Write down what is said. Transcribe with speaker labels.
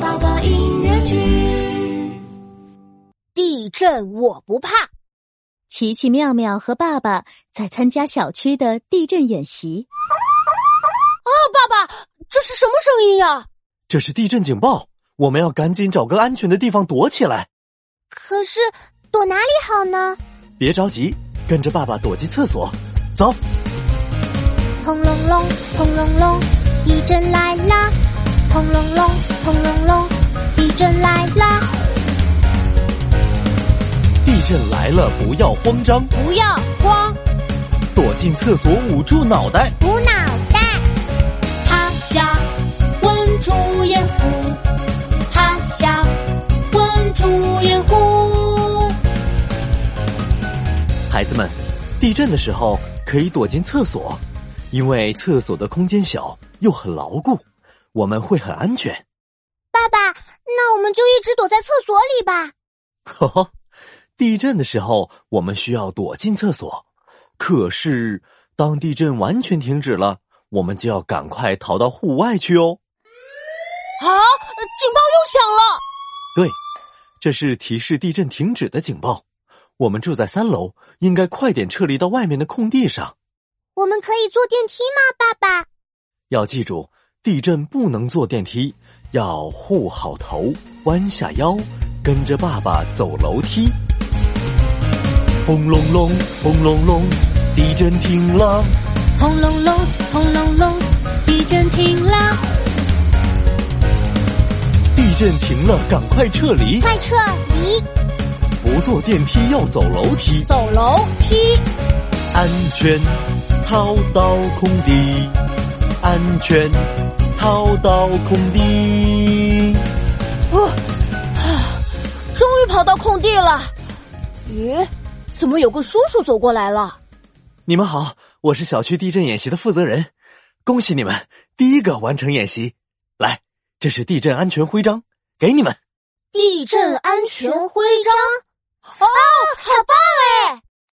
Speaker 1: 宝宝音乐剧。
Speaker 2: 地震我不怕。
Speaker 3: 奇奇妙妙和爸爸在参加小区的地震演习。
Speaker 2: 哦爸爸，这是什么声音呀？
Speaker 4: 这是地震警报，我们要赶紧找个安全的地方躲起来。
Speaker 2: 可是躲哪里好呢？
Speaker 4: 别着急，跟着爸爸躲进厕所。走，
Speaker 2: 轰隆隆，轰隆隆，地震来啦！轰隆隆，轰隆隆，地震来啦！
Speaker 4: 地震来了，不要慌张，
Speaker 2: 不要慌，
Speaker 4: 躲进厕所捂住脑袋。
Speaker 2: 补脑袋。
Speaker 1: 趴下，稳住掩护。趴下，稳住掩护。
Speaker 4: 孩子们，地震的时候可以躲进厕所，因为厕所的空间小又很牢固，我们会很安全。
Speaker 2: 爸爸，那我们就一直躲在厕所里吧。
Speaker 4: 呵呵，地震的时候我们需要躲进厕所，可是当地震完全停止了，我们就要赶快逃到户外去哦。
Speaker 2: 啊，警报又响了！
Speaker 4: 对，这是提示地震停止的警报。我们住在三楼，应该快点撤离到外面的空地上。
Speaker 2: 我们可以坐电梯吗，爸爸？
Speaker 4: 要记住，地震不能坐电梯，要护好头，弯下腰，跟着爸爸走楼梯。轰隆隆，轰隆隆，地震停了。
Speaker 1: 轰隆隆，轰隆隆，地震停啦！
Speaker 4: 地震停了，赶快撤离！
Speaker 2: 快撤离，
Speaker 4: 不坐电梯，要走楼梯，
Speaker 2: 走楼梯。
Speaker 4: 安全逃到空地，安全逃到空地。
Speaker 2: 终于跑到空地了。咦，怎么有个叔叔走过来了？
Speaker 4: 你们好，我是小区地震演习的负责人，恭喜你们第一个完成演习。来，这是地震安全徽章，给你们。
Speaker 2: 地震安全徽章。哦，好棒哎！